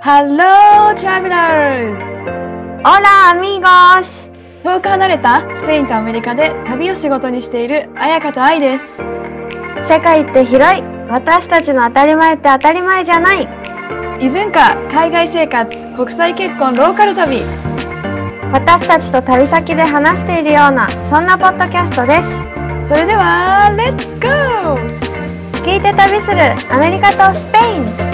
Hello, travelers! オラアミゴス遠く離れたスペインとアメリカで旅を仕事にしている彩香と愛です。世界って広い私たちの当たり前って当たり前じゃない異文化、海外生活、国際結婚、ローカル旅。私たちと旅先で話しているようなそんなポッドキャストですそれでは、レッツゴー聞いて旅するアメリカとスペイン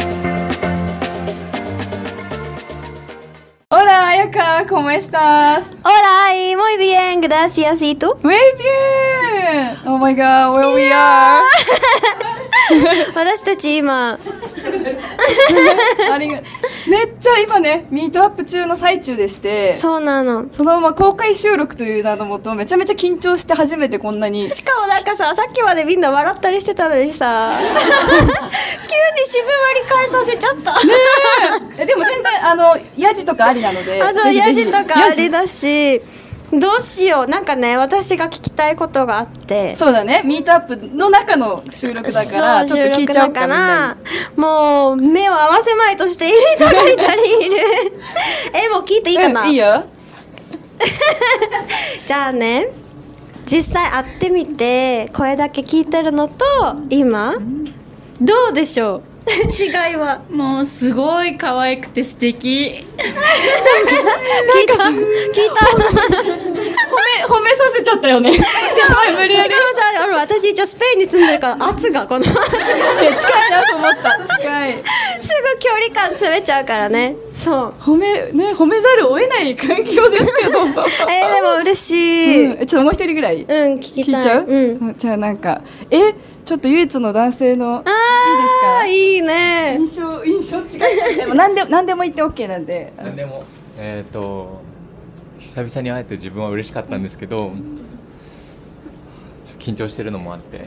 オラ、彩香、¿cómo estás? Hola y muy bien, gracias. ¿Y tú? Muy bien! Oh my god, where we are! 私たち今、ありがめっちゃ今ね、ミートアップ中の最中でして、そうなの。そのまま公開収録という名のもと、めちゃめちゃ緊張して初めてこんなにしかもなんかさ、さっきまでみんな笑ったりしてたのに さ、急に静まり返させちゃった。えでも全然あのヤジとかありなのであとぜひヤぜひジとかあヤれジだし、どうしよう。なんかね、私が聞きたいことがあって。そうだねミートアップの中の収録だからちそうょっと聞いちゃおうか収録だならもう目を合わせまいとしている人がいたり いるえもう聞いていいかな、うんいいよじゃあね実際会ってみて声だけ聞いてるのと今どうでしょう違いはもうすごい可愛くて素敵聞いた聞いた褒め褒めさせちゃったよねしかも無理やしりかもさ俺私一応スペインに住んでるから圧がこのすぐ距ね近いなと思った近い離感詰めちゃうからねそう褒めね褒めざるを得ない環境ですけどえー、でも嬉しい、ううんん、えちょっともう一人ぐらい聞聞きいちたいゃう、うん、うんじゃあなんかえちょっと唯一の男性のああいいですかいいね印象印象違いでも何で何でも言って OK なんで何でもえっ、と久々に会えて自分は嬉しかったんですけど緊張してるのもあって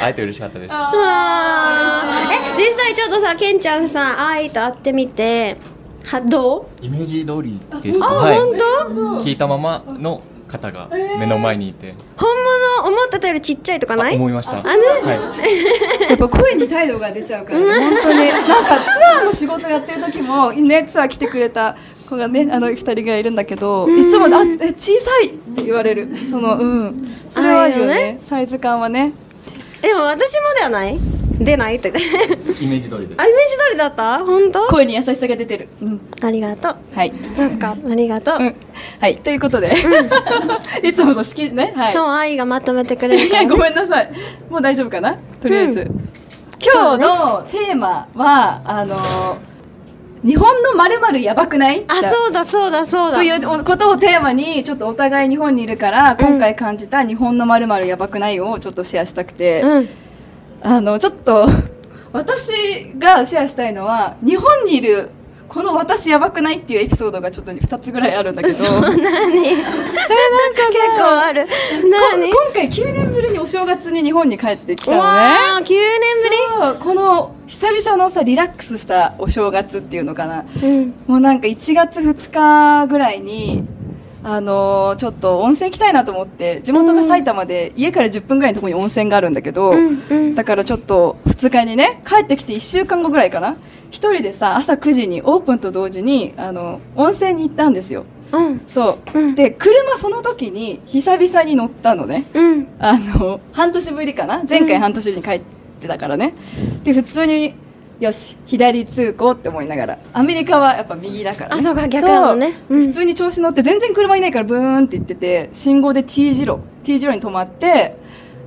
会えて嬉しかったですうわーえ実際ちょっとさケンちゃんさん愛と会ってみてはどうイメージ通りでしたあ、本は当い聞いたままの方が目の前にいて、本物思ってたよりちっちゃいとかあない思いましたあねはい、やっぱ声に態度が出ちゃうから、ね、本当になんかツアーの仕事やってる時もねツアー来てくれた子がねあの二人がいるんだけど、いつもあえ小さいって言われるそのうんそれはあるよねああいうサイズ感はねでも私もではない出ないって あイメージ通イメージ通りでりだった本当声に優しさが出てる、うん、ありがとうはい、なんかありがとう、うん、はいということで、 いつもの式ねはい超愛がまとめてくれるいから やごめんなさいもう大丈夫かなとりあえず、今日のテーマはあの日本のまるまるやばくないあそうだそうだそうだということをテーマにちょっとお互い日本にいるから今回感じた日本のまるまるやばくないをちょっとシェアしたくて、うんあのちょっと私がシェアしたいのは日本にいるこの私やばくないっていうエピソードがちょっと2つぐらいあるんだけど 何結構あるこ何今回9年ぶりにお正月に日本に帰ってきたのね。わあ9年そうこの久々のさリラックスしたお正月っていうのかなぶりうんもうなんか1月2日ぐらいに、あのーちょっと温泉行きたいなと思って地元が埼玉で、家から10分ぐらいのところに温泉があるんだけど、うんうんだからちょっと2日にね帰ってきて1週間後ぐらいかな一人でさ朝9時にオープンと同時にあの温泉に行ったんですようんそう、うんで車その時に久々に乗ったのねうんあの半年ぶりかな前回半年ぶりに帰ってたからね、で普通によし左通行って思いながらアメリカはやっぱ右だから、あそうか逆なのねそううん普通に調子乗って全然車いないからブーンって行ってて信号で T 字路 T 字路に止まって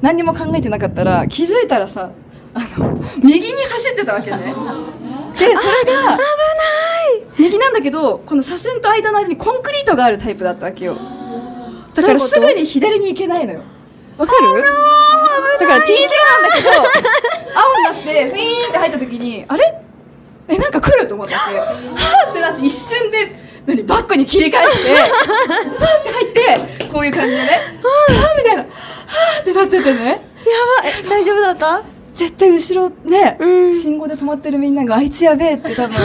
何にも考えてなかったら気づいたらさあの右に走ってたわけねでそれが右なんだけどこの車線と間の間にコンクリートがあるタイプだったわけよだからすぐに左に行けないのよわかるだから T 字路なんだけど青になってフィーンって入った時にあれえなんか来ると思っててはーってなって一瞬で何バックに切り返してはーって入ってこういう感じでねはーみたいなはーってなっててねやばい大丈夫だった全絶対後ろね、うん信号で止まってるみんながあいつやべえって多分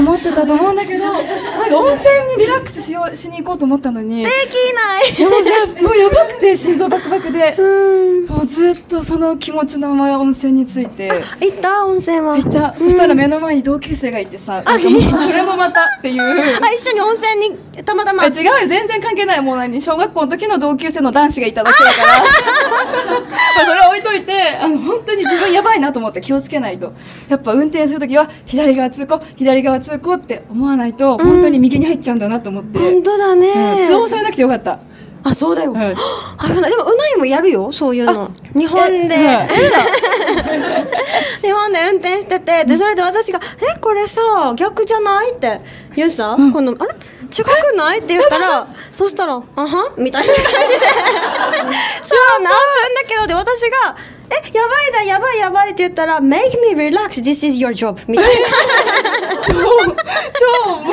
思ってたと思うんだけどなんか温泉にリラックスしようしに行こうと思ったのにできないもうやもうやばくて心臓バクバクでうんもうずっとその気持ちのまま温泉につい て行った温泉はいた、そしたら目の前に同級生がいてさなんかもうそれもまたっていう。あ一緒に温泉にたまた まえ違うよ全然関係ないもう何小学校の時の同級生の男子がいただけだから まあそれは置いといてあの本当に自分やばいなと思って気をつけないとやっぱ運転する時は左側通行左側通行って思わないと本当に右に入っちゃうんだなと思って、本当だうんね通報されなくてよかった、あそうだよ、うんあ危ないでもうないもやるよそういうの日本で、えうん日本で運転しててでそれで私が「えこれさ逆じゃない?」って言うさ、この「あれ違くない?」って言ったらそしたら「あは?」みたいな 感じでそう直すんだけどで私が「えやばいじゃんやばいやばい」って言ったら「Make me relax this is your job」みたい な超超も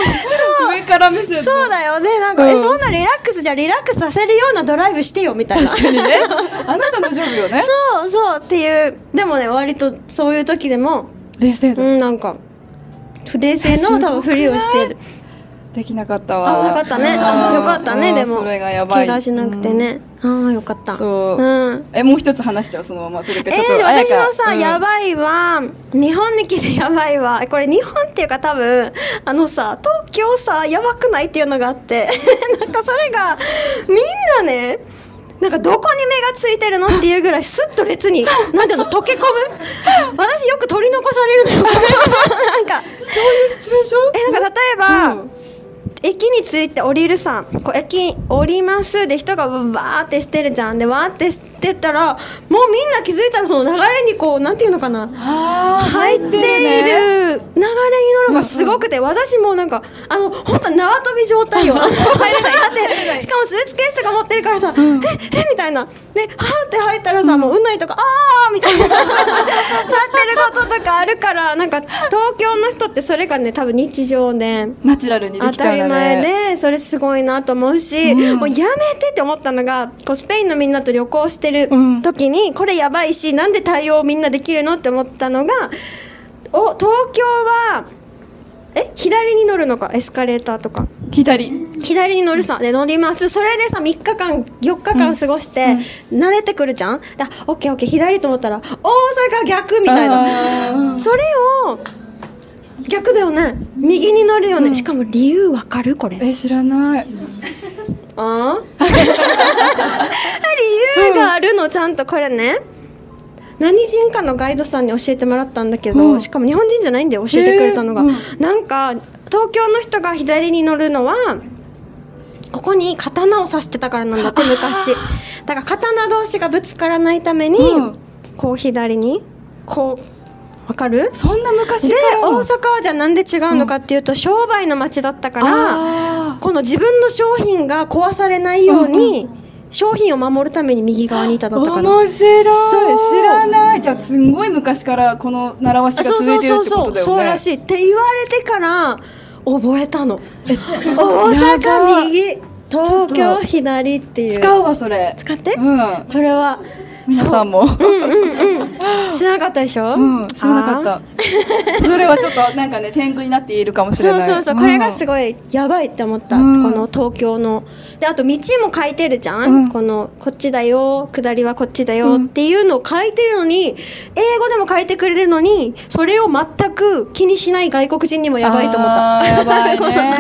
う上から目線のそうだよでなんか「うえんそんなリラックスじゃリラックスさせるようなドライブしてよ」みたいな。確かにねあなたのジョブよねそうそうっていうでもね割とそういう時でも冷静う度んなんか冷静の多分ふりをしてるできなかったあわよかったねようんかったねうんでもそれがやばい怪我しなくてねああよかったそううんえもう一つ話しちゃうそのままそれかちょっと、えー、あや私かのさ、うんやばいは日本に来てやばいはこれ日本っていうか多分あのさ東京さやばくないっていうのがあって なんかそれがみんなねなんかどこに目がついてるのっていうぐらいスッと列になんていうの溶け込む 私よく取り残されるのよ なんかシチュエーションえなんか例えば、駅に着いて降りるさこう駅降りますで人がわーってしてるじゃんでわーってしてたらもうみんな気づいたらその流れにこうなんていうのかなあー入っている流ねれに乗るのがすごくて、私もうなんかあの本当縄跳び状態よ 入れないだってしかもスーツケースとか持ってるからさ、ええみたいなではーって入ったらさ、もううないとかあーみたいな なってることとかあるからなんか東京の人ってそれがね多分日常で。ナチュラルにで当きちゃたうりんだ前ねでそれすごいなと思うし、もうやめてって思ったのがこうスペインのみんなと旅行してるうん時にこれやばいしなんで対応みんなできるのって思ったのがお東京はえ左に乗るのかエスカレーターとか左左に乗るさで乗りますそれでさ3日間4日間過ごして慣れてくるじゃん、であオッケーオッケー左と思ったら大阪逆みたいな。なそれを逆だよね右になるよね、しかも理由わかるこれえ知らない ああ理由があるのちゃんとこれね何人かのガイドさんに教えてもらったんだけど、うんしかも日本人じゃないんで教えてくれたのが、へえなんか東京の人が左に乗るのはここに刀を刺してたからなんだって昔だから刀同士がぶつからないために、うんこう左にこうわかるそんな昔でから大阪はじゃあなんで違うのかっていうと、商売の街だったからあこの自分の商品が壊されないように、商品を守るために右側にいたーだったから。面白いそう知らないじゃあすんごい昔からこの習わしがそ続うそいうてるそっうてこそとうだよねそうらしいって言われてから覚えたのえ大やば阪右ょっと東京左っていう使うわそれ使って、うんこれは皆さんも知らなかったでしょ、うん知らなかったそれはちょっとなんかね天狗になっているかもしれそなういそうそうこれがすごごいやばいって思った、うんこの東京のであと道も書いてるじゃん、うんこのこっちだよ下りはこっちだよっていうのを書いてるのに英語でも書いてくれるのにそれを全く気にしない外国人にもやばいと思ったやばいね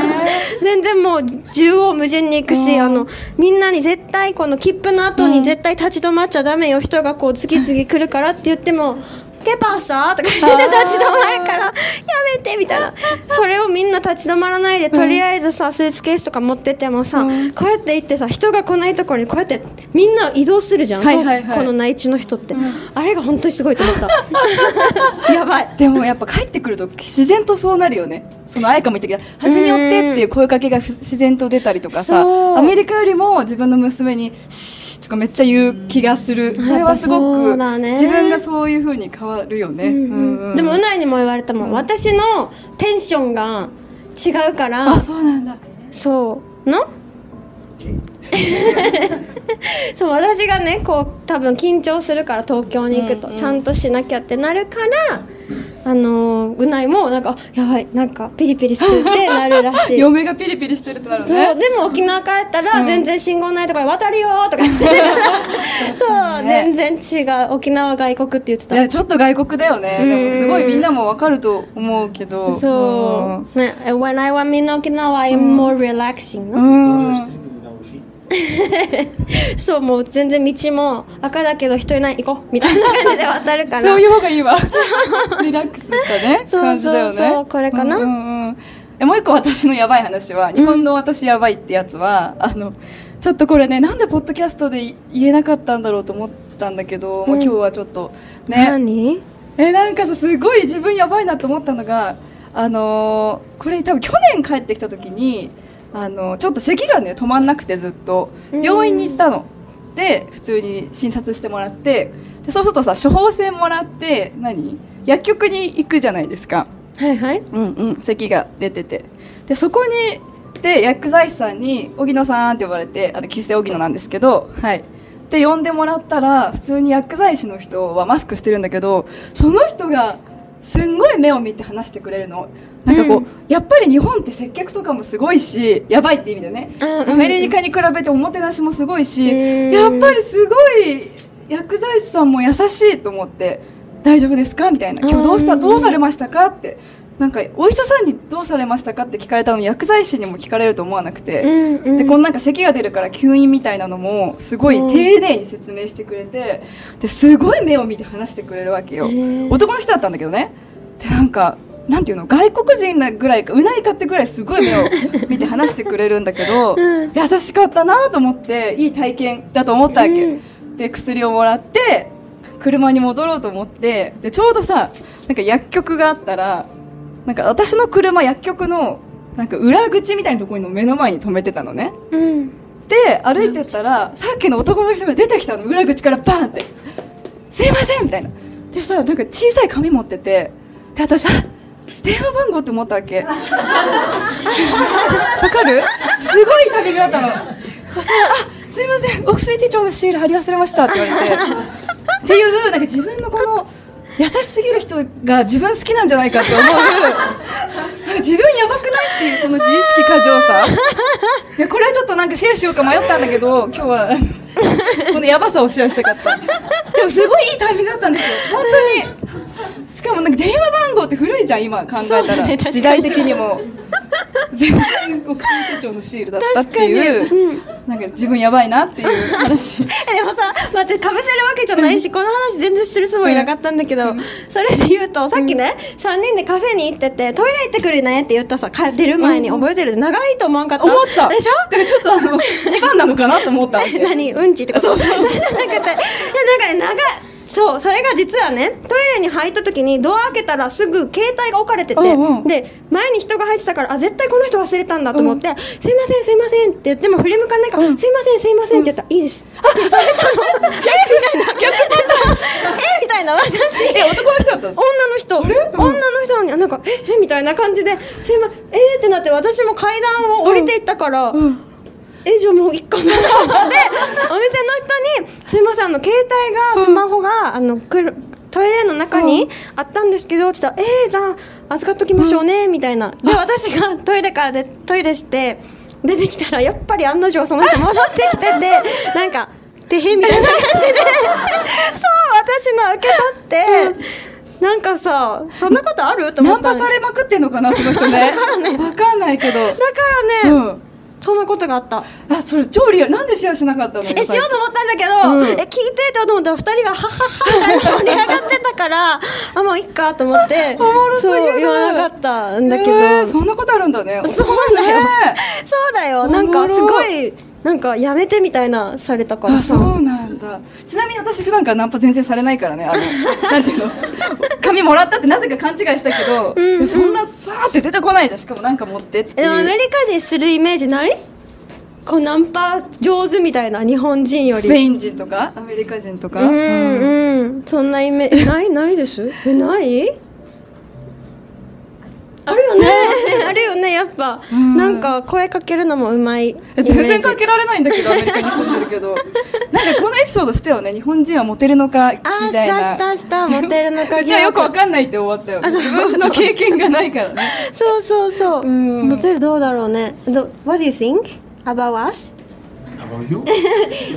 全然もう縦横無尽に行くし、うんあのみんなに絶対この切符の後に絶対立ち止まっちゃダメよ、人がこう次々来るからって言っても「ケパーさ?」とか言って立ち止まるから「やめて」みたい なそれをみんな立ち止まらないでとりあえずさスーツケースとか持っててもさ、うんこうやって行ってさ人が来ないところにこうやってみんな移動するじゃん、はいはいはいこの内地の人って、あれが本当にすごいと思ったやばいで もやっぱ帰ってくると自然とそうなるよねその彩香も言ったけど「端に寄って」っていう声かけがふ自然と出たりとかさそうアメリカよりも自分の娘に「シー」とかめっちゃ言う気がする、んそれはすごやっぱそくうだね自分がそういうふうに変わるよね、 うんうんでもうないにも言われたもん、私のテンションが違うからあそうなんだそうの そう私がねこう多分緊張するから東京に行くと、ちゃんとしなきゃってなるからあのーうないもなんかあやばいなんかピリピリするってなるら しい。嫁がピリピリしてるってなるそねうでも沖縄帰ったら全然信号ないとか渡るよーとか してそう全然違う沖縄外国って言っていたやちょっと外国だよねうんでもすごいみんなもわかると思うけどそう When I am in Okinawa I'm more relaxing うのんうんそうもう全然道も赤だけど人いない行こうみたいな感じで渡るからそういう方がい いわリラックスしたねそう感じだよねそうそうこれかなうんうんえもう一個私のやばい話は日本の私やばいってやつは、あのちょっとこれねなんでポッドキャストでい言えなかったんだろうと思ったんだけど、まあ、今日はちょっとね何えなんかさすごい自分やばいなと思ったのがあのーこれ多分去年帰ってきた時にあのちょっと咳がね止まんなくてずっとうん病院に行ったの。で普通に診察してもらってでそうするとさ処方箋もらって何薬局に行くじゃないですか。はいはいうんうん咳が出ててでそこにで薬剤師さんに「荻野さん」って呼ばれてあの喫茶荻野なんですけどはいで呼んでもらったら普通に薬剤師の人はマスクしてるんだけどその人がすんごい目を見て話してくれるのなんかこう、やっぱり日本って接客とかもすごいしやばいって意味でねアメリカに比べておもてなしもすごいしうんやっぱりすごい薬剤師さんも優しいと思って「大丈夫ですか?」みたいな「今日どうしたうんどうされましたか?」ってなんかお医者さんに「どうされましたか?」って聞かれたのに薬剤師にも聞かれると思わなくて、んうでこのなんか咳が出るから吸引みたいなのもすごい丁寧に説明してくれてですごい目を見て話してくれるわけよへー男の人だったんだけどねでなんかなんていうの外国人なぐらいかうないかってぐらいすごい目を 見て話してくれるんだけど、優しかったなと思っていい体験だと思ったわけ、で薬をもらって車に戻ろうと思ってでちょうどさなんか薬局があったらなんか私の車薬局のなんか裏口みたいなところの目の前に止めてたのねうんで歩いてったらさっきの男の人が出てきたの裏口からバーンって「すいません」みたいなでさなんか小さい紙持っててで私あ電話番号って思ったわけわかるすごいタイミングだったのそしたら「あすいませんお薬手帳のシール貼り忘れました」って言われてっていうなんか自分のこの優しすぎる人が自分好きなんじゃないかって思うなんか自分やばくないっていうこの自意識過剰さいやこれはちょっとなんかシェアしようか迷ったんだけど今日はあのこのヤバさをシェアしたかったでもすごいいいタイミングだったんですよ本当にしかもなんか電話番号って古いじゃん今考えそたうだら、ね確かに時代的にも全然国民手帳のシールだったっていう、なんか自分やばいなっていう 話えでもさ待ってかぶせるわけじゃないしこの話全然するつもりなかったんだけど、それで言うとさっきね、三3人でカフェに行っててトイレ行ってくるねって言ったさか出る前に覚えてる長いと思わんかった思ったでしょだからちょっとあの2番なのかなと思ったわけえ 何うんちってこと そうそうなんかねいやなんかね長いそうそれが実はねトイレに入った時にドア開けたらすぐ携帯が置かれてて、うんうんで前に人が入ってたからあ絶対この人忘れたんだと思って「すいませんすいません」って言っても振り向かないから「すいませんすいません」って言ったら「いいです」あ忘れたのえみたいな逆えみたいな私え男の人だったの女の人女の人にあなんか「ええみたいな感じで「すいませんえー」ってなって私も階段を降りていったから「えじゃあもういっかな」ってお店の人に「すいませんあの携帯がスマホが、あのくるトイレの中にあったんですけど」って言ったら「えー、じゃあ預かっときましょうね」みたいなで私がトイレからでトイレして出てきたらやっぱり案の定その人戻ってき ててなんか「てへ」みたいな感じでそう私の受け取って。なんかさそんなことあると思ナっンたパのさだれまくってんのかなその人ねわかんないけどからね、うんそんなことがあったあそれ超リアルなんでシェアしなかったのえしようと思ったんだけど、うんえ聞いてって思ったら2人がハッハッハッって盛り上がってたからあもういっかと思っておもろすぎるそう言わなかったんだけど、えーそんなことあるんだねそうだよ、ねそうだよおもなろんかすごいなんかやめてみたいなされたからあそさうなんだちなみに私普段からナンパ全然されないからねあの なんていうの髪もらったってなぜか勘違いしたけどいやそんなさーって出てこないじゃんしかもなんか持ってってえでもアいうメリカ人するイメージないこうナンパ上手みたいな日本人よりスペイン人とかアメリカ人とか、うんうんうんそんなイ メ ージないないですえないあるよねああるよねやっぱなんか声かけるのもうまいイメー全ジ然かけられないんだけどアメリカに住んでるけどなんかこのエピソードしたよね日本人はモテるのかみあーたいなしたしたし たモテるのか疑惑うちはよくわかんないって終わったよね自分の経験がないからねそうそうそうモテるどうだろうねど What do you think about us? About you?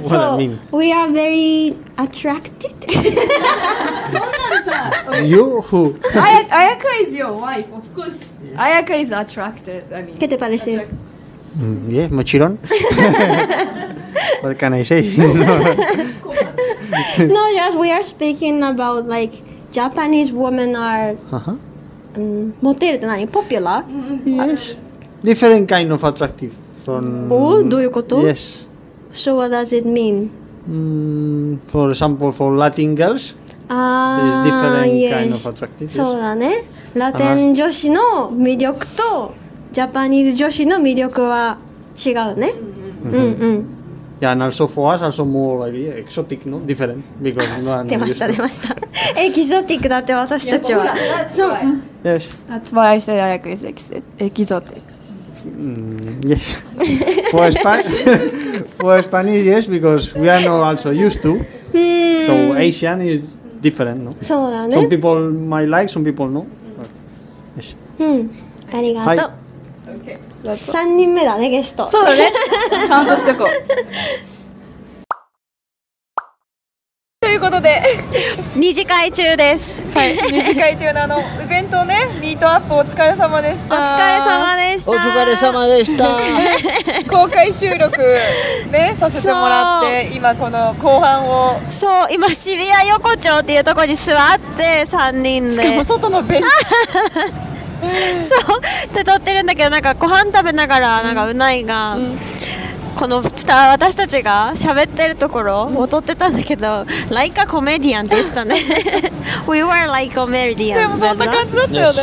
So what I mean? we are very attracted You who? あやあやか is your wife of course あやか is attracted I mean つけてパレしてる Mm, yeah, mochilón. what can I say? No just we are speaking about like Japanese women are uh-huh. うんモテるって何 popular? Yes. Different kind of attractive from. Oh, do you koto? Yes. So what does it mean? Mm, for example, for Latin girls, あ There's different あ、イエ kind of attractive, yes. そうだね。ラテン女子の魅力とジャパニーズ女子の魅力は違うね。うんうん。 yeah, and also for us, also more like yeah, exotic, no, different because no, I'm 出ま used した出 to. ま した。エキゾティックだって私たちは。そう。 Yes, That's why I said あやか is ex- exotic mm, yes. for Spanish, for Spanish, yes, because we are not also used to. うーん So Asian is different, no. そうだ Some ね。 people might like, some people no. But, yes. うん。ありがとはう。三人目だねゲスト。そうだねちゃんとしてこう ということ で二次会中です。はい、二次会という名のイベントね、ミートアップお疲れ様でしおた。疲れ様でした。でした。公開収録 ね、させてもらって、今この後半を。そう今渋谷横丁っていうところに座って三人でしかも外のベンチ そうって撮ってるんだけどなんかご飯食べながらなんかうないが、このふた私たちが喋ってるところを撮ってたんだけど「like a comedian」って言ってた ね「We were like a comedian」でもそんな感じだったよね。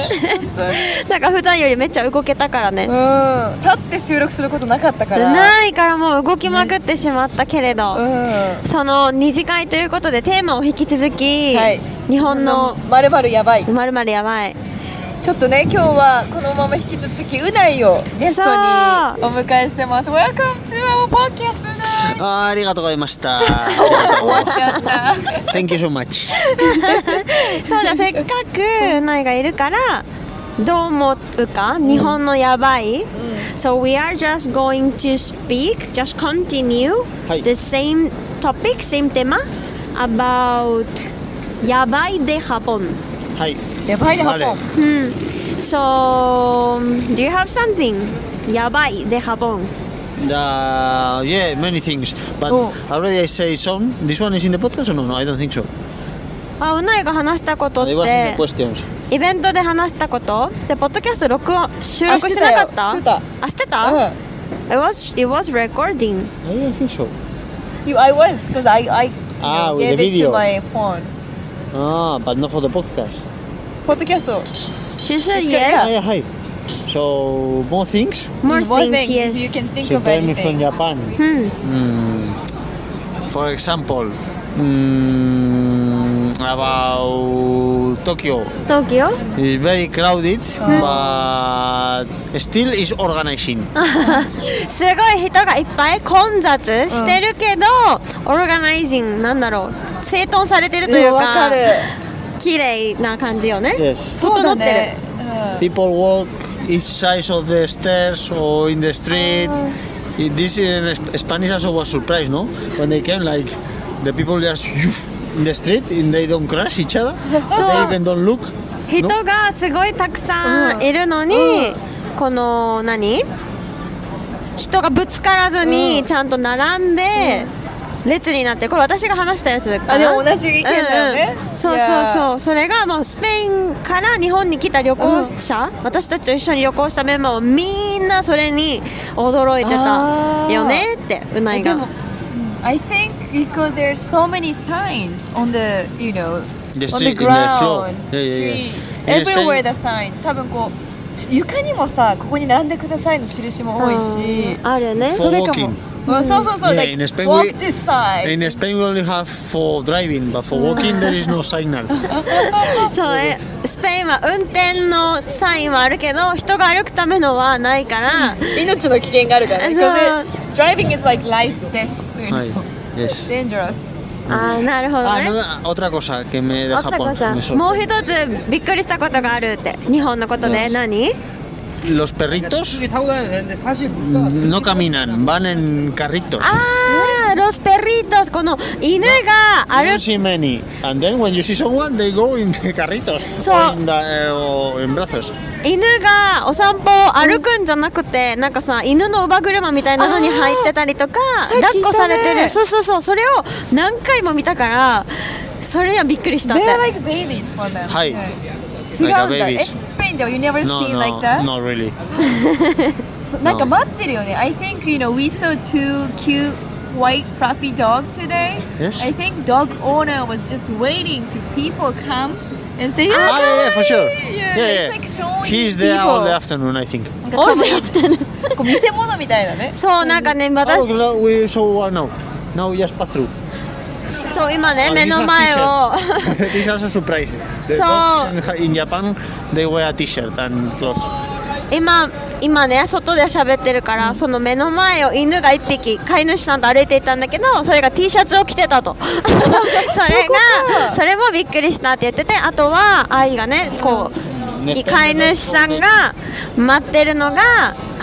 なんか普段よりめっちゃ動けたからね、うん、立って収録することなかったから。ないからもう動きまくってしまったけれど、うん。その二次会ということでテーマを引き続き、はい日本のまるまるやばい。まるまるやばいちょっとね、今日はこのまま引き続きうないをゲストにそうお迎えしてます。Welcome to our podcast うない。あーありがとうございました。 終わっちゃった。 Thank you so much。そうだせっかくナイがいるからどう思うか日本のやばい、So we are just going to speak just continue、はい the same topic same tema about やばいでハポンはい。やばいでハポン。 So do you have something やばいでハポン Uh, yeah, many things. But Oh. already I say some. This one is in the podcast or no? No, I don't think so. あうないが話したことっ There was no て questions. イベントで話したことでポッドキャスト録音収録あしてなかったしてたよあしてた、うん It was it was recording. I don't think so. You- I was because I I you Ah, know, gave with the it to video. my phone. Ah, but not for the podcast. ポッドキャスト。 She said It's yes. Yeah, yeah, hi. So more things. More One things, thing, yes. if you can think She of told me anything. Hmm. from Japan. Hmm. うん。 For example, mm, about Tokyo. 東京？ It's very crowded, Ah. but still is organizing. Ah. すごい人がいっぱい混雑してるけど、オルガナイジングなんだろう整頓されてるというわかかる。綺麗な感じよね。Yes. そうだね。 People walk each side of the stairs or in the street. It- This in Sp- Spanish also was surprised, no? When they came, like the people just in the street and they don't crash each other. They even don't look. 人がすごいたくさんいるのに、この何人がぶつからずにちゃんと並んで、列になってこれ私が話したやつかなあでも同じ意見だよねうんうんそうそうそうそれがもうスペインから日本に来た旅行者、私たちと一緒に旅行したメンバーはみんなそれに驚いてあたーよねってうないでもが。 I think because there's so many signs on the you know The on street, the in the floor. ground, Yeah, yeah, yeah. street, In Spain- everywhere the signs. 多分こう床にもさここに並んでくださいの印も多いし。あるね For それかも walking.。うんそうそうそう。 Yeah, like in Spain we- walk this side. In Spain, we only have for driving, but for walking, there is no signal. そうえスペインは運転のサインはあるけど人が歩くためのはないから、命の危険があるからね。そう Because it- Driving is like life death. you know. はい Yes. Dangerous. ああなるほどあねのな otra cosa que me de あった Japón. こさん me sorpre- もう一つびっくりしたことがあるって日本のことで何 Los perritos no caminan, van en carritos. ああロスペリートスこの犬が You 歩 don't see many. And then when you see someone, they go in the carritos So- o, in the- eh, o en brazos. 犬がお散歩を歩くんじゃなくてなんかさ犬の乳母車みたいなのに入ってたりとかさっき抱っこされ聞ていたるねそうそうそうそれを何回も見たからそれにはびっくりしたっ They て are like babies for them. はいはい違う Like a んだ。え babies.、スペインでは you never No, seen no, like that? no, really. そなんか待ってるよね。I think you know we saw two cute white fluffy dog today. Yes. I think dog owner was just waiting to people come and say, Ah, "Ah, yeah, yeah, for sure. Yeah, it's yeah. like showing He's there people. all the afternoon, I think. なんか可愛い なんか見せ物みたいなね。そうなんかね Oh, 私 no, we saw one now. Now just pass through. そう今 Eh, ねあ目の前 oh. を This is also surprise. The So- dogs in, in Japan, they wear a t-shirt and clothes. 今今ね外で喋ってるから、その目の前を犬が1匹飼い主さんと歩いていたんだけどそれが T シャツを着てた とそれがそれもびっくりしたって言っててあとは愛がねこうねい飼い主さんが待ってるのが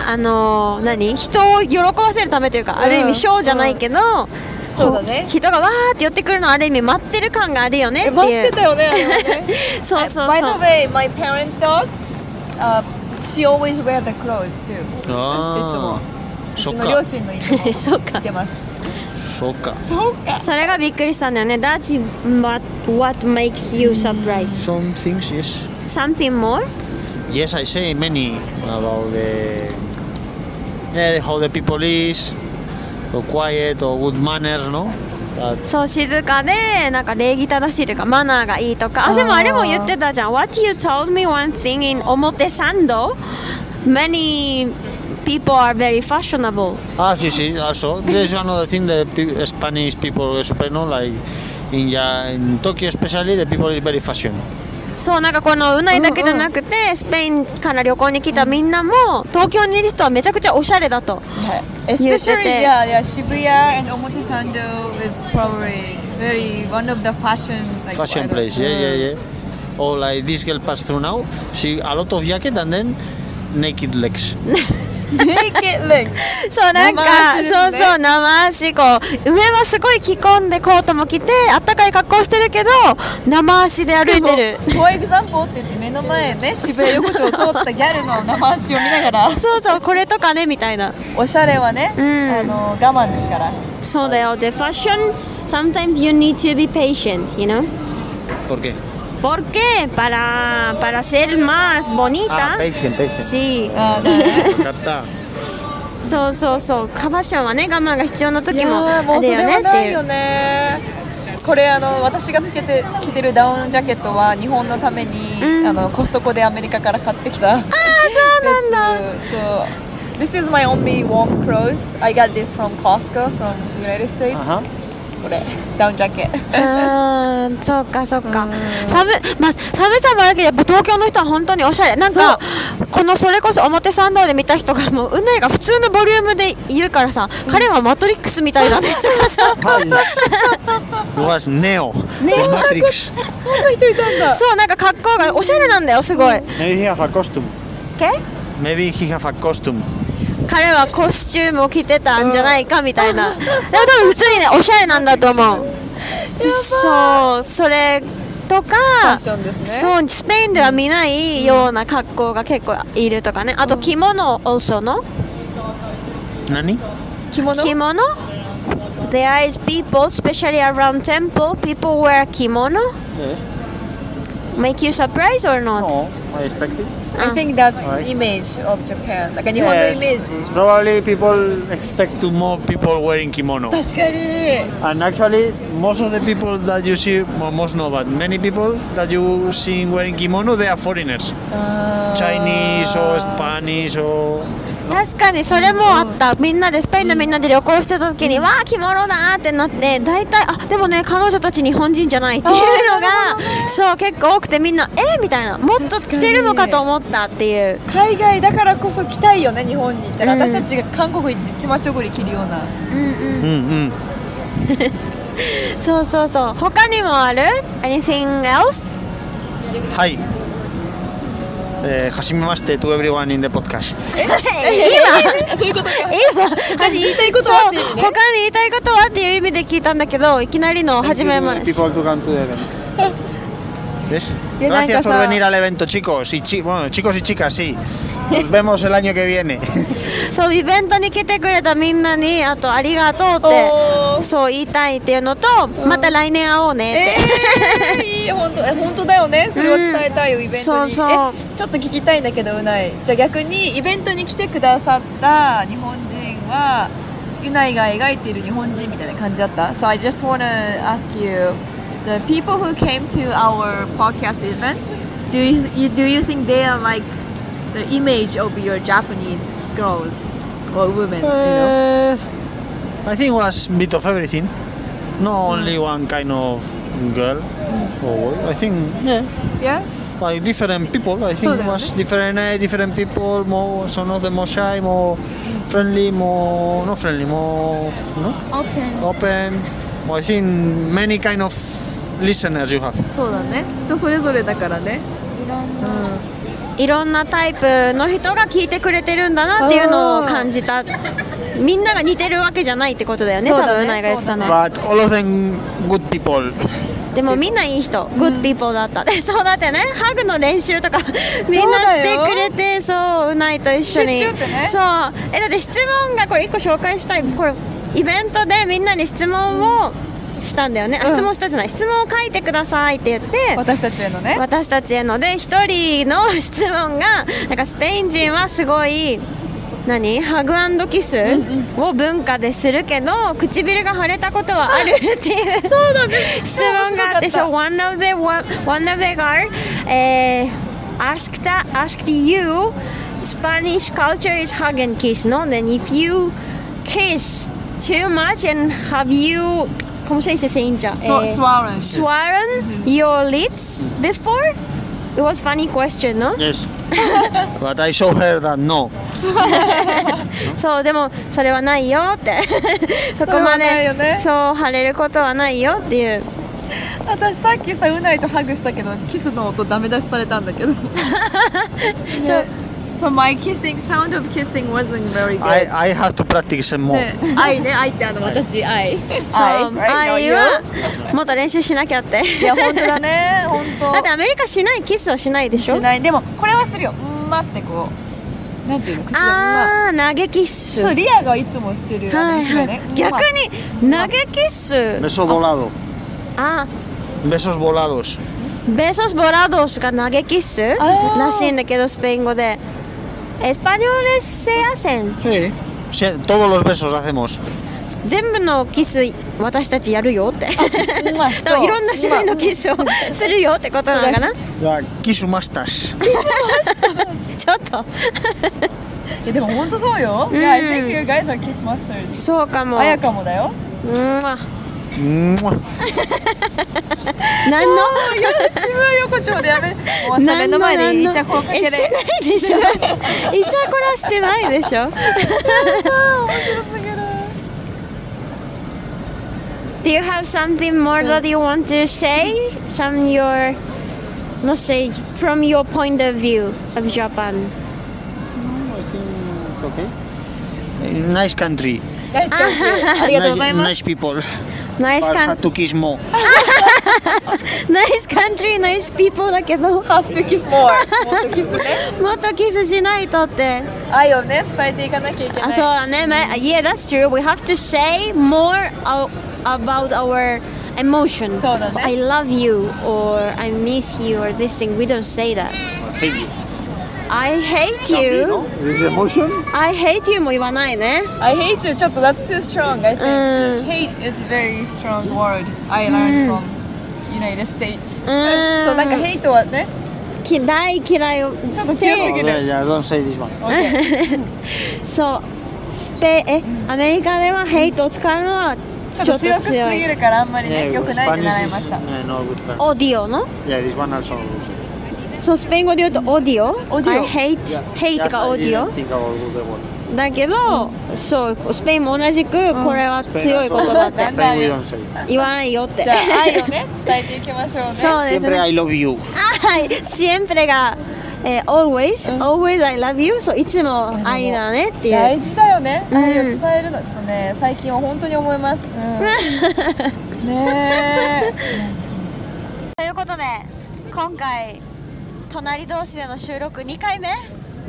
あのー何人を喜ばせるためというか、ある意味ショーじゃないけど、そうだねこ人がわーって寄ってくるのはある意味待ってる感があるよねっえていう 待ってたよね。あれはね そうそうそう By the way, my parents' dog, uh, she always wear the clothes too. いつもああ、う そちっの両か、親の犬もそっか着てます。 そっか。そうか。それがびっくりしたんだよね。That's what, what makes you surprised. Some things, yes. Something more? Yes, I say many about the, eh, how the people is, or quiet, or good manners, no? But そう、静かで、なんか礼儀正しいというか、マナーがいいとか。あ、でもあれも言ってたじゃん。What you told me one thing in 表参道 Many people are very fashionable. ah, sí, sí, also there's another thing that pe- Spanish people are super no like. In, ja, in Tokyo especially, the people is very fashion. そう、なんかこのうないだけじゃなくて、スペインから旅行に来たみんなも、東京にいる人はめちゃくちゃおしゃれだと。言って Especially て yeah, yeah, Shibuya and Omotesando is probably very one of the fashion like I fashion don't- place, yeah, yeah, yeah. Or like this girl passed through now, she a lot of jacket and then naked legs. Naked legs. そうなんか、生足ですねそうそう生足こう上はすごい着込んでコートも着てあったかい格好してるけど生足で歩いてる For example って言って目の前ね渋谷横丁を通ったギャルの生足を見ながら そうそうこれとかねみたいなおしゃれはね、うんあの我慢ですからそうだよでファッション sometimes you need to be patient you know ¿Por qué? ¿Por qué? Para, para ser más bonita. Ah, patient, patient. Sí. あーだからね Kata. そうそうそう。カバションはね、我慢が必要な時いもやーあもうるそよれねはっなていいうよ。ねこれあの私がつけて着てるダウンジャケットは日本のために、うんあのコストコでアメリカから買ってき たああそうなんだそう This is my only warm clothes I got this from Costco from United States、 Ajá. これダウンジャケットあーそうかそうか寒,、まあ、寒さもあるけどやっぱ東京の人は本当におしゃれなんかこのそれこそ表参道で見た人がもううないが普通のボリュームでいるからさ、彼はマトリックスみたいだね It was Neo. Neo Matrix. そんな人いたんだそうなんか格好がおしゃれなんだよすごい、 Maybe he have a costume. け Maybe he have a costume. 彼はコスチュームを着てたんじゃないかみたいな、でも多分普通にねおしゃれなんだと思うそうそれとかファッションですねそうスペインでは見ないような格好が結構いるとかねあと着物 also の Nani? 着物着物 There is people, especially around temple, people wear kimono. Yes. Make you surprised or not? No, I expected. I think that's image of Japan なんか日本のイメージ Probably people expect to more people wearing kimono. 確かに And actually, most of the people that you see, well, most no, but many people that you Ah. see wearing kimono, they are foreigners. Chinese or Spanish or 確かにそれもあった、みんなでスペインのみんなで旅行してた時に、わあ着物だーってなって大体あでもね彼女たち日本人じゃないっていうのがそう結構多くてみんなえー、みたいなもっと着てるのかと思ったっていう海外だからこそ来たいよね日本に行ったら、うん私たちが韓国行ってチマチョゴリ着るようなうんうん。そうそうそう他にもある Anything else? Hi. Uh, Hashimemashite to everyone in the podcast. そういうことか今他に言いたいことはっていうねそう他に言いたいことはっていう意味で聞いたんだけどいきなりの初めまして People to come to the event. ¿Ves? Bien, Gracias por Ancasa. venir al evento, chicos. Y chi- bueno, chicos y chicas, sí. Nos vemos el año que viene. そうイベントに来てくれたみんなにあとありがとうってそう言いたいっていうのとまた来年会おうねって、えー、いい本当え本当だよねそれは伝えたいよ、イベントにそうそうえちょっと聞きたいんだけどうないじゃあ逆にイベントに来てくださった日本人はユナイが描いている日本人みたいな感じだった So I just wanna ask you The people who came to our podcast event Do you, you, do you think they are like the image of your Japanese girls or women? You know? Uh, I think was bit of everything. Not only one kind of girl or boy. I think yeah, Yeah? like different people. I think Totally. was different age, different people. More some of them more shy, more friendly, more not friendly, more you know Open open. Well, I think many kind of listeners you have. そうだね人それぞれだからねいろんなタイプの人が聞いてくれてるんだなっていうのを感じたみんなが似てるわけじゃないってことだよねそうだね多分うないが言ってたのは、 But all of them good people. でもみんないい人、グッドピーポーだったでそうだってねハグの練習とかみんなしてくれてそううないと一緒にシュッシュッてねそうえだって質問がこれ一個紹介したいこれイベントでみんなに質問をしたんだよね、あ質問したじゃない質問を書いてくださいって言って私たちへのね私たちへので一人の質問がなんかスペイン人はすごい何ハグキスを文化でするけど、唇が腫れたことはあるっていう そうだ、ね、質問があってそう one of the one, one of the girl、えー asked asked you Spanish culture is hug and kiss no then if you kiss too much and have you ¿Cómo se dice se hincha? So- Eh, Swallowing. swollen your lips before? It was funny question, no? Yes. but I show her that no. そうでもそれはないよって そそこまれはないでよねそう腫れることはないよっていう私さっきさうないとハグしたけどキスの音ダメ出しされたんだけど so, so my kissing sound of kissing wasn't very good I, I have to practice more. ね 愛ね愛ってあの私愛そう愛はもっと練習しなきゃっていや本当だ ね本当だってアメリカしないキスはしないでしょしないでもこれはするようんまってこうなんていうの口でうんまあー投げキッスそうリアがいつもしてるあはれいですよはねい逆に投げキッス Beso volado. あ Besos volados. ベーソスボラドスが投げキッスらしいんだけどスペイン語でエスパニョレセアセン Sí. Todos los besos hacemos. 全部のキス私たちやるよってうん まだからいろんな種類のキスをするよってことなのかな La ちょ kisumastas. っといやでも本当そうよ、yeah, I think you guys are kiss masters そうかもあやかもだようんまあ Mua. 何の渋谷横丁でやめもう目の前でイチャコロかけえれしてないで しょイチャコラしてないでしょ面白すぎる Do you have something more that you want to say? Some your not say from your point of view of Japan. Nice country. ありがとうござい Nice, ます nice people. Nice But country. have to kiss more. nice country, nice people だけど Have to kiss more もっとキスねもっとキスしないとって愛をね伝えていかなきゃいけあないそうだね、まあ、Yeah, that's true. We have to say more o- about our emotion. そうだね I love you or I miss you or this thing. We don't say that. I hate you. This emotion, I hate you も言わないね。 I hate you ちょっと that's too strong I う think ん。 hate is very strong word I learned from United States うんそうなんかヘイトはねき大嫌いをちょっと強すぎる Yeah, yeah, don't say this one. そうスペえアメリカではヘイトを使うのはちょっと強くすぎるからあんまり Yeah, ね良くないって Eh, Spanish 習い is, ました uh, no good term. オーディオの Yeah, this one also. good. そうスペイン語で言うとオーディオオーディオ I hate Yeah. hate Just か I オーディ didn't オ think about the word. だけどそうスペインも同じくこれは Spain 強い also- 言 葉ってだ Spain we don't say. 言わないよって じゃあ愛をね伝えていきましょうねそうです Siempre ね I love you. はい、siempre が、えー always、always I love you、そういつも愛だねってい大う。事だよねうん愛を伝えるのちょっとね最近は本当に思います、 うん、ねということで、今回隣同士での収録2回目。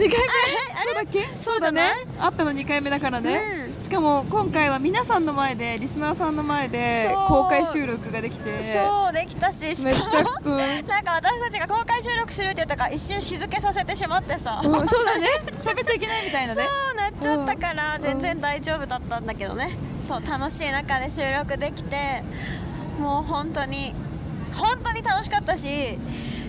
え2回目そうだっけそうだねあったの2回目だからね、しかも今回は皆さんの前でリスナーさんの前でそう公開収録ができて そうできたし、しめっちゃかも、なんか私たちが公開収録するって言ったから一瞬静けさせてしまってさ。うん、そうだね喋っちゃいけないみたいなねそうなっちゃったから全然大丈夫だったんだけどね、そう楽しい中で収録できてもう本当に本当に楽しかったし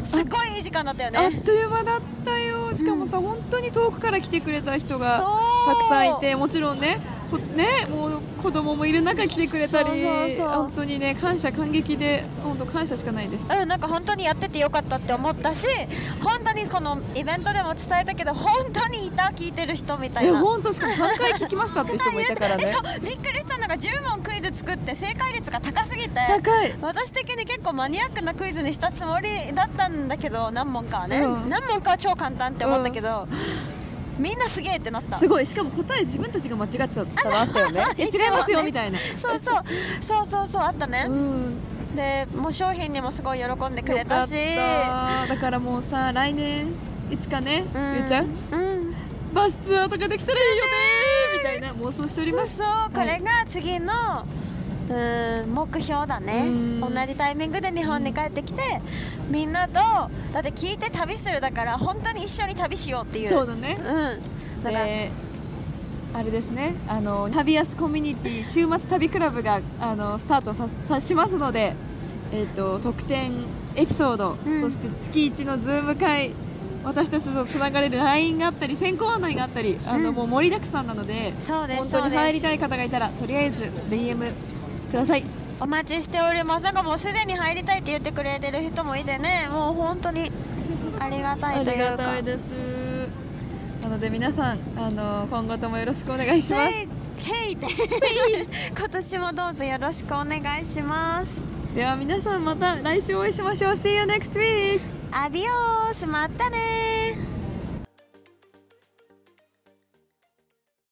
すごいいい時間だったよあっねという間だったよしかもさ、本当に遠くから来てくれた人がそうたくさんいてもちろんねこねもう子供もいる中来てくれたりそうそうそう本当にね感謝感激で本当感謝しかないですうん、なんか本当にやっててよかったって思ったし本当にこのイベントでも伝えたけど本当にいた聞いてる人みたいえな本当しかも3回聞きましたって人もいたからね そうびっくりしたのが10問クイズ作って正解率が高すぎて高い私的に結構マニアックなクイズにしたつもりだったんだけど何問かはね、うん何問かは超簡単って思ったけど、みんなすげえってなったすごいしかも答え自分たちが間違ってたのあったよねいや違いますよみたいなそうそうそうそうそうあったね、でもう商品にもすごい喜んでくれよかたっしただからもうさ来年いつかね、ゆうちゃんうんバスツアーとかできたらいいよねみたいな妄想しておりますそうこれが次の、うん目標だねうん同じタイミングで日本に帰ってきてみんなとだって聞いて旅するだから本当に一緒に旅しようっていうそうだねうんだから、であれですねあの旅安コミュニティ週末旅クラブがあのスタートささしますので、えっと特典エピソード、うんそして月一のズーム会私たちとつながれる LINE があったり先行案内があったりあの、うんもう盛りだくさんなのでそうで本す当そうにです入りたい方がいたらとりあえず DM くださいお待ちしておりますなんかもうすでに入りたいって言ってくれてる人もいてねもう本当にありがたいというかですなので皆さんあの今後ともよろしくお願いしますせいへいって 今年もどうぞよろしくお願いしますでは皆さんまた来週お会いしましょう See you next week! アディオースまたねー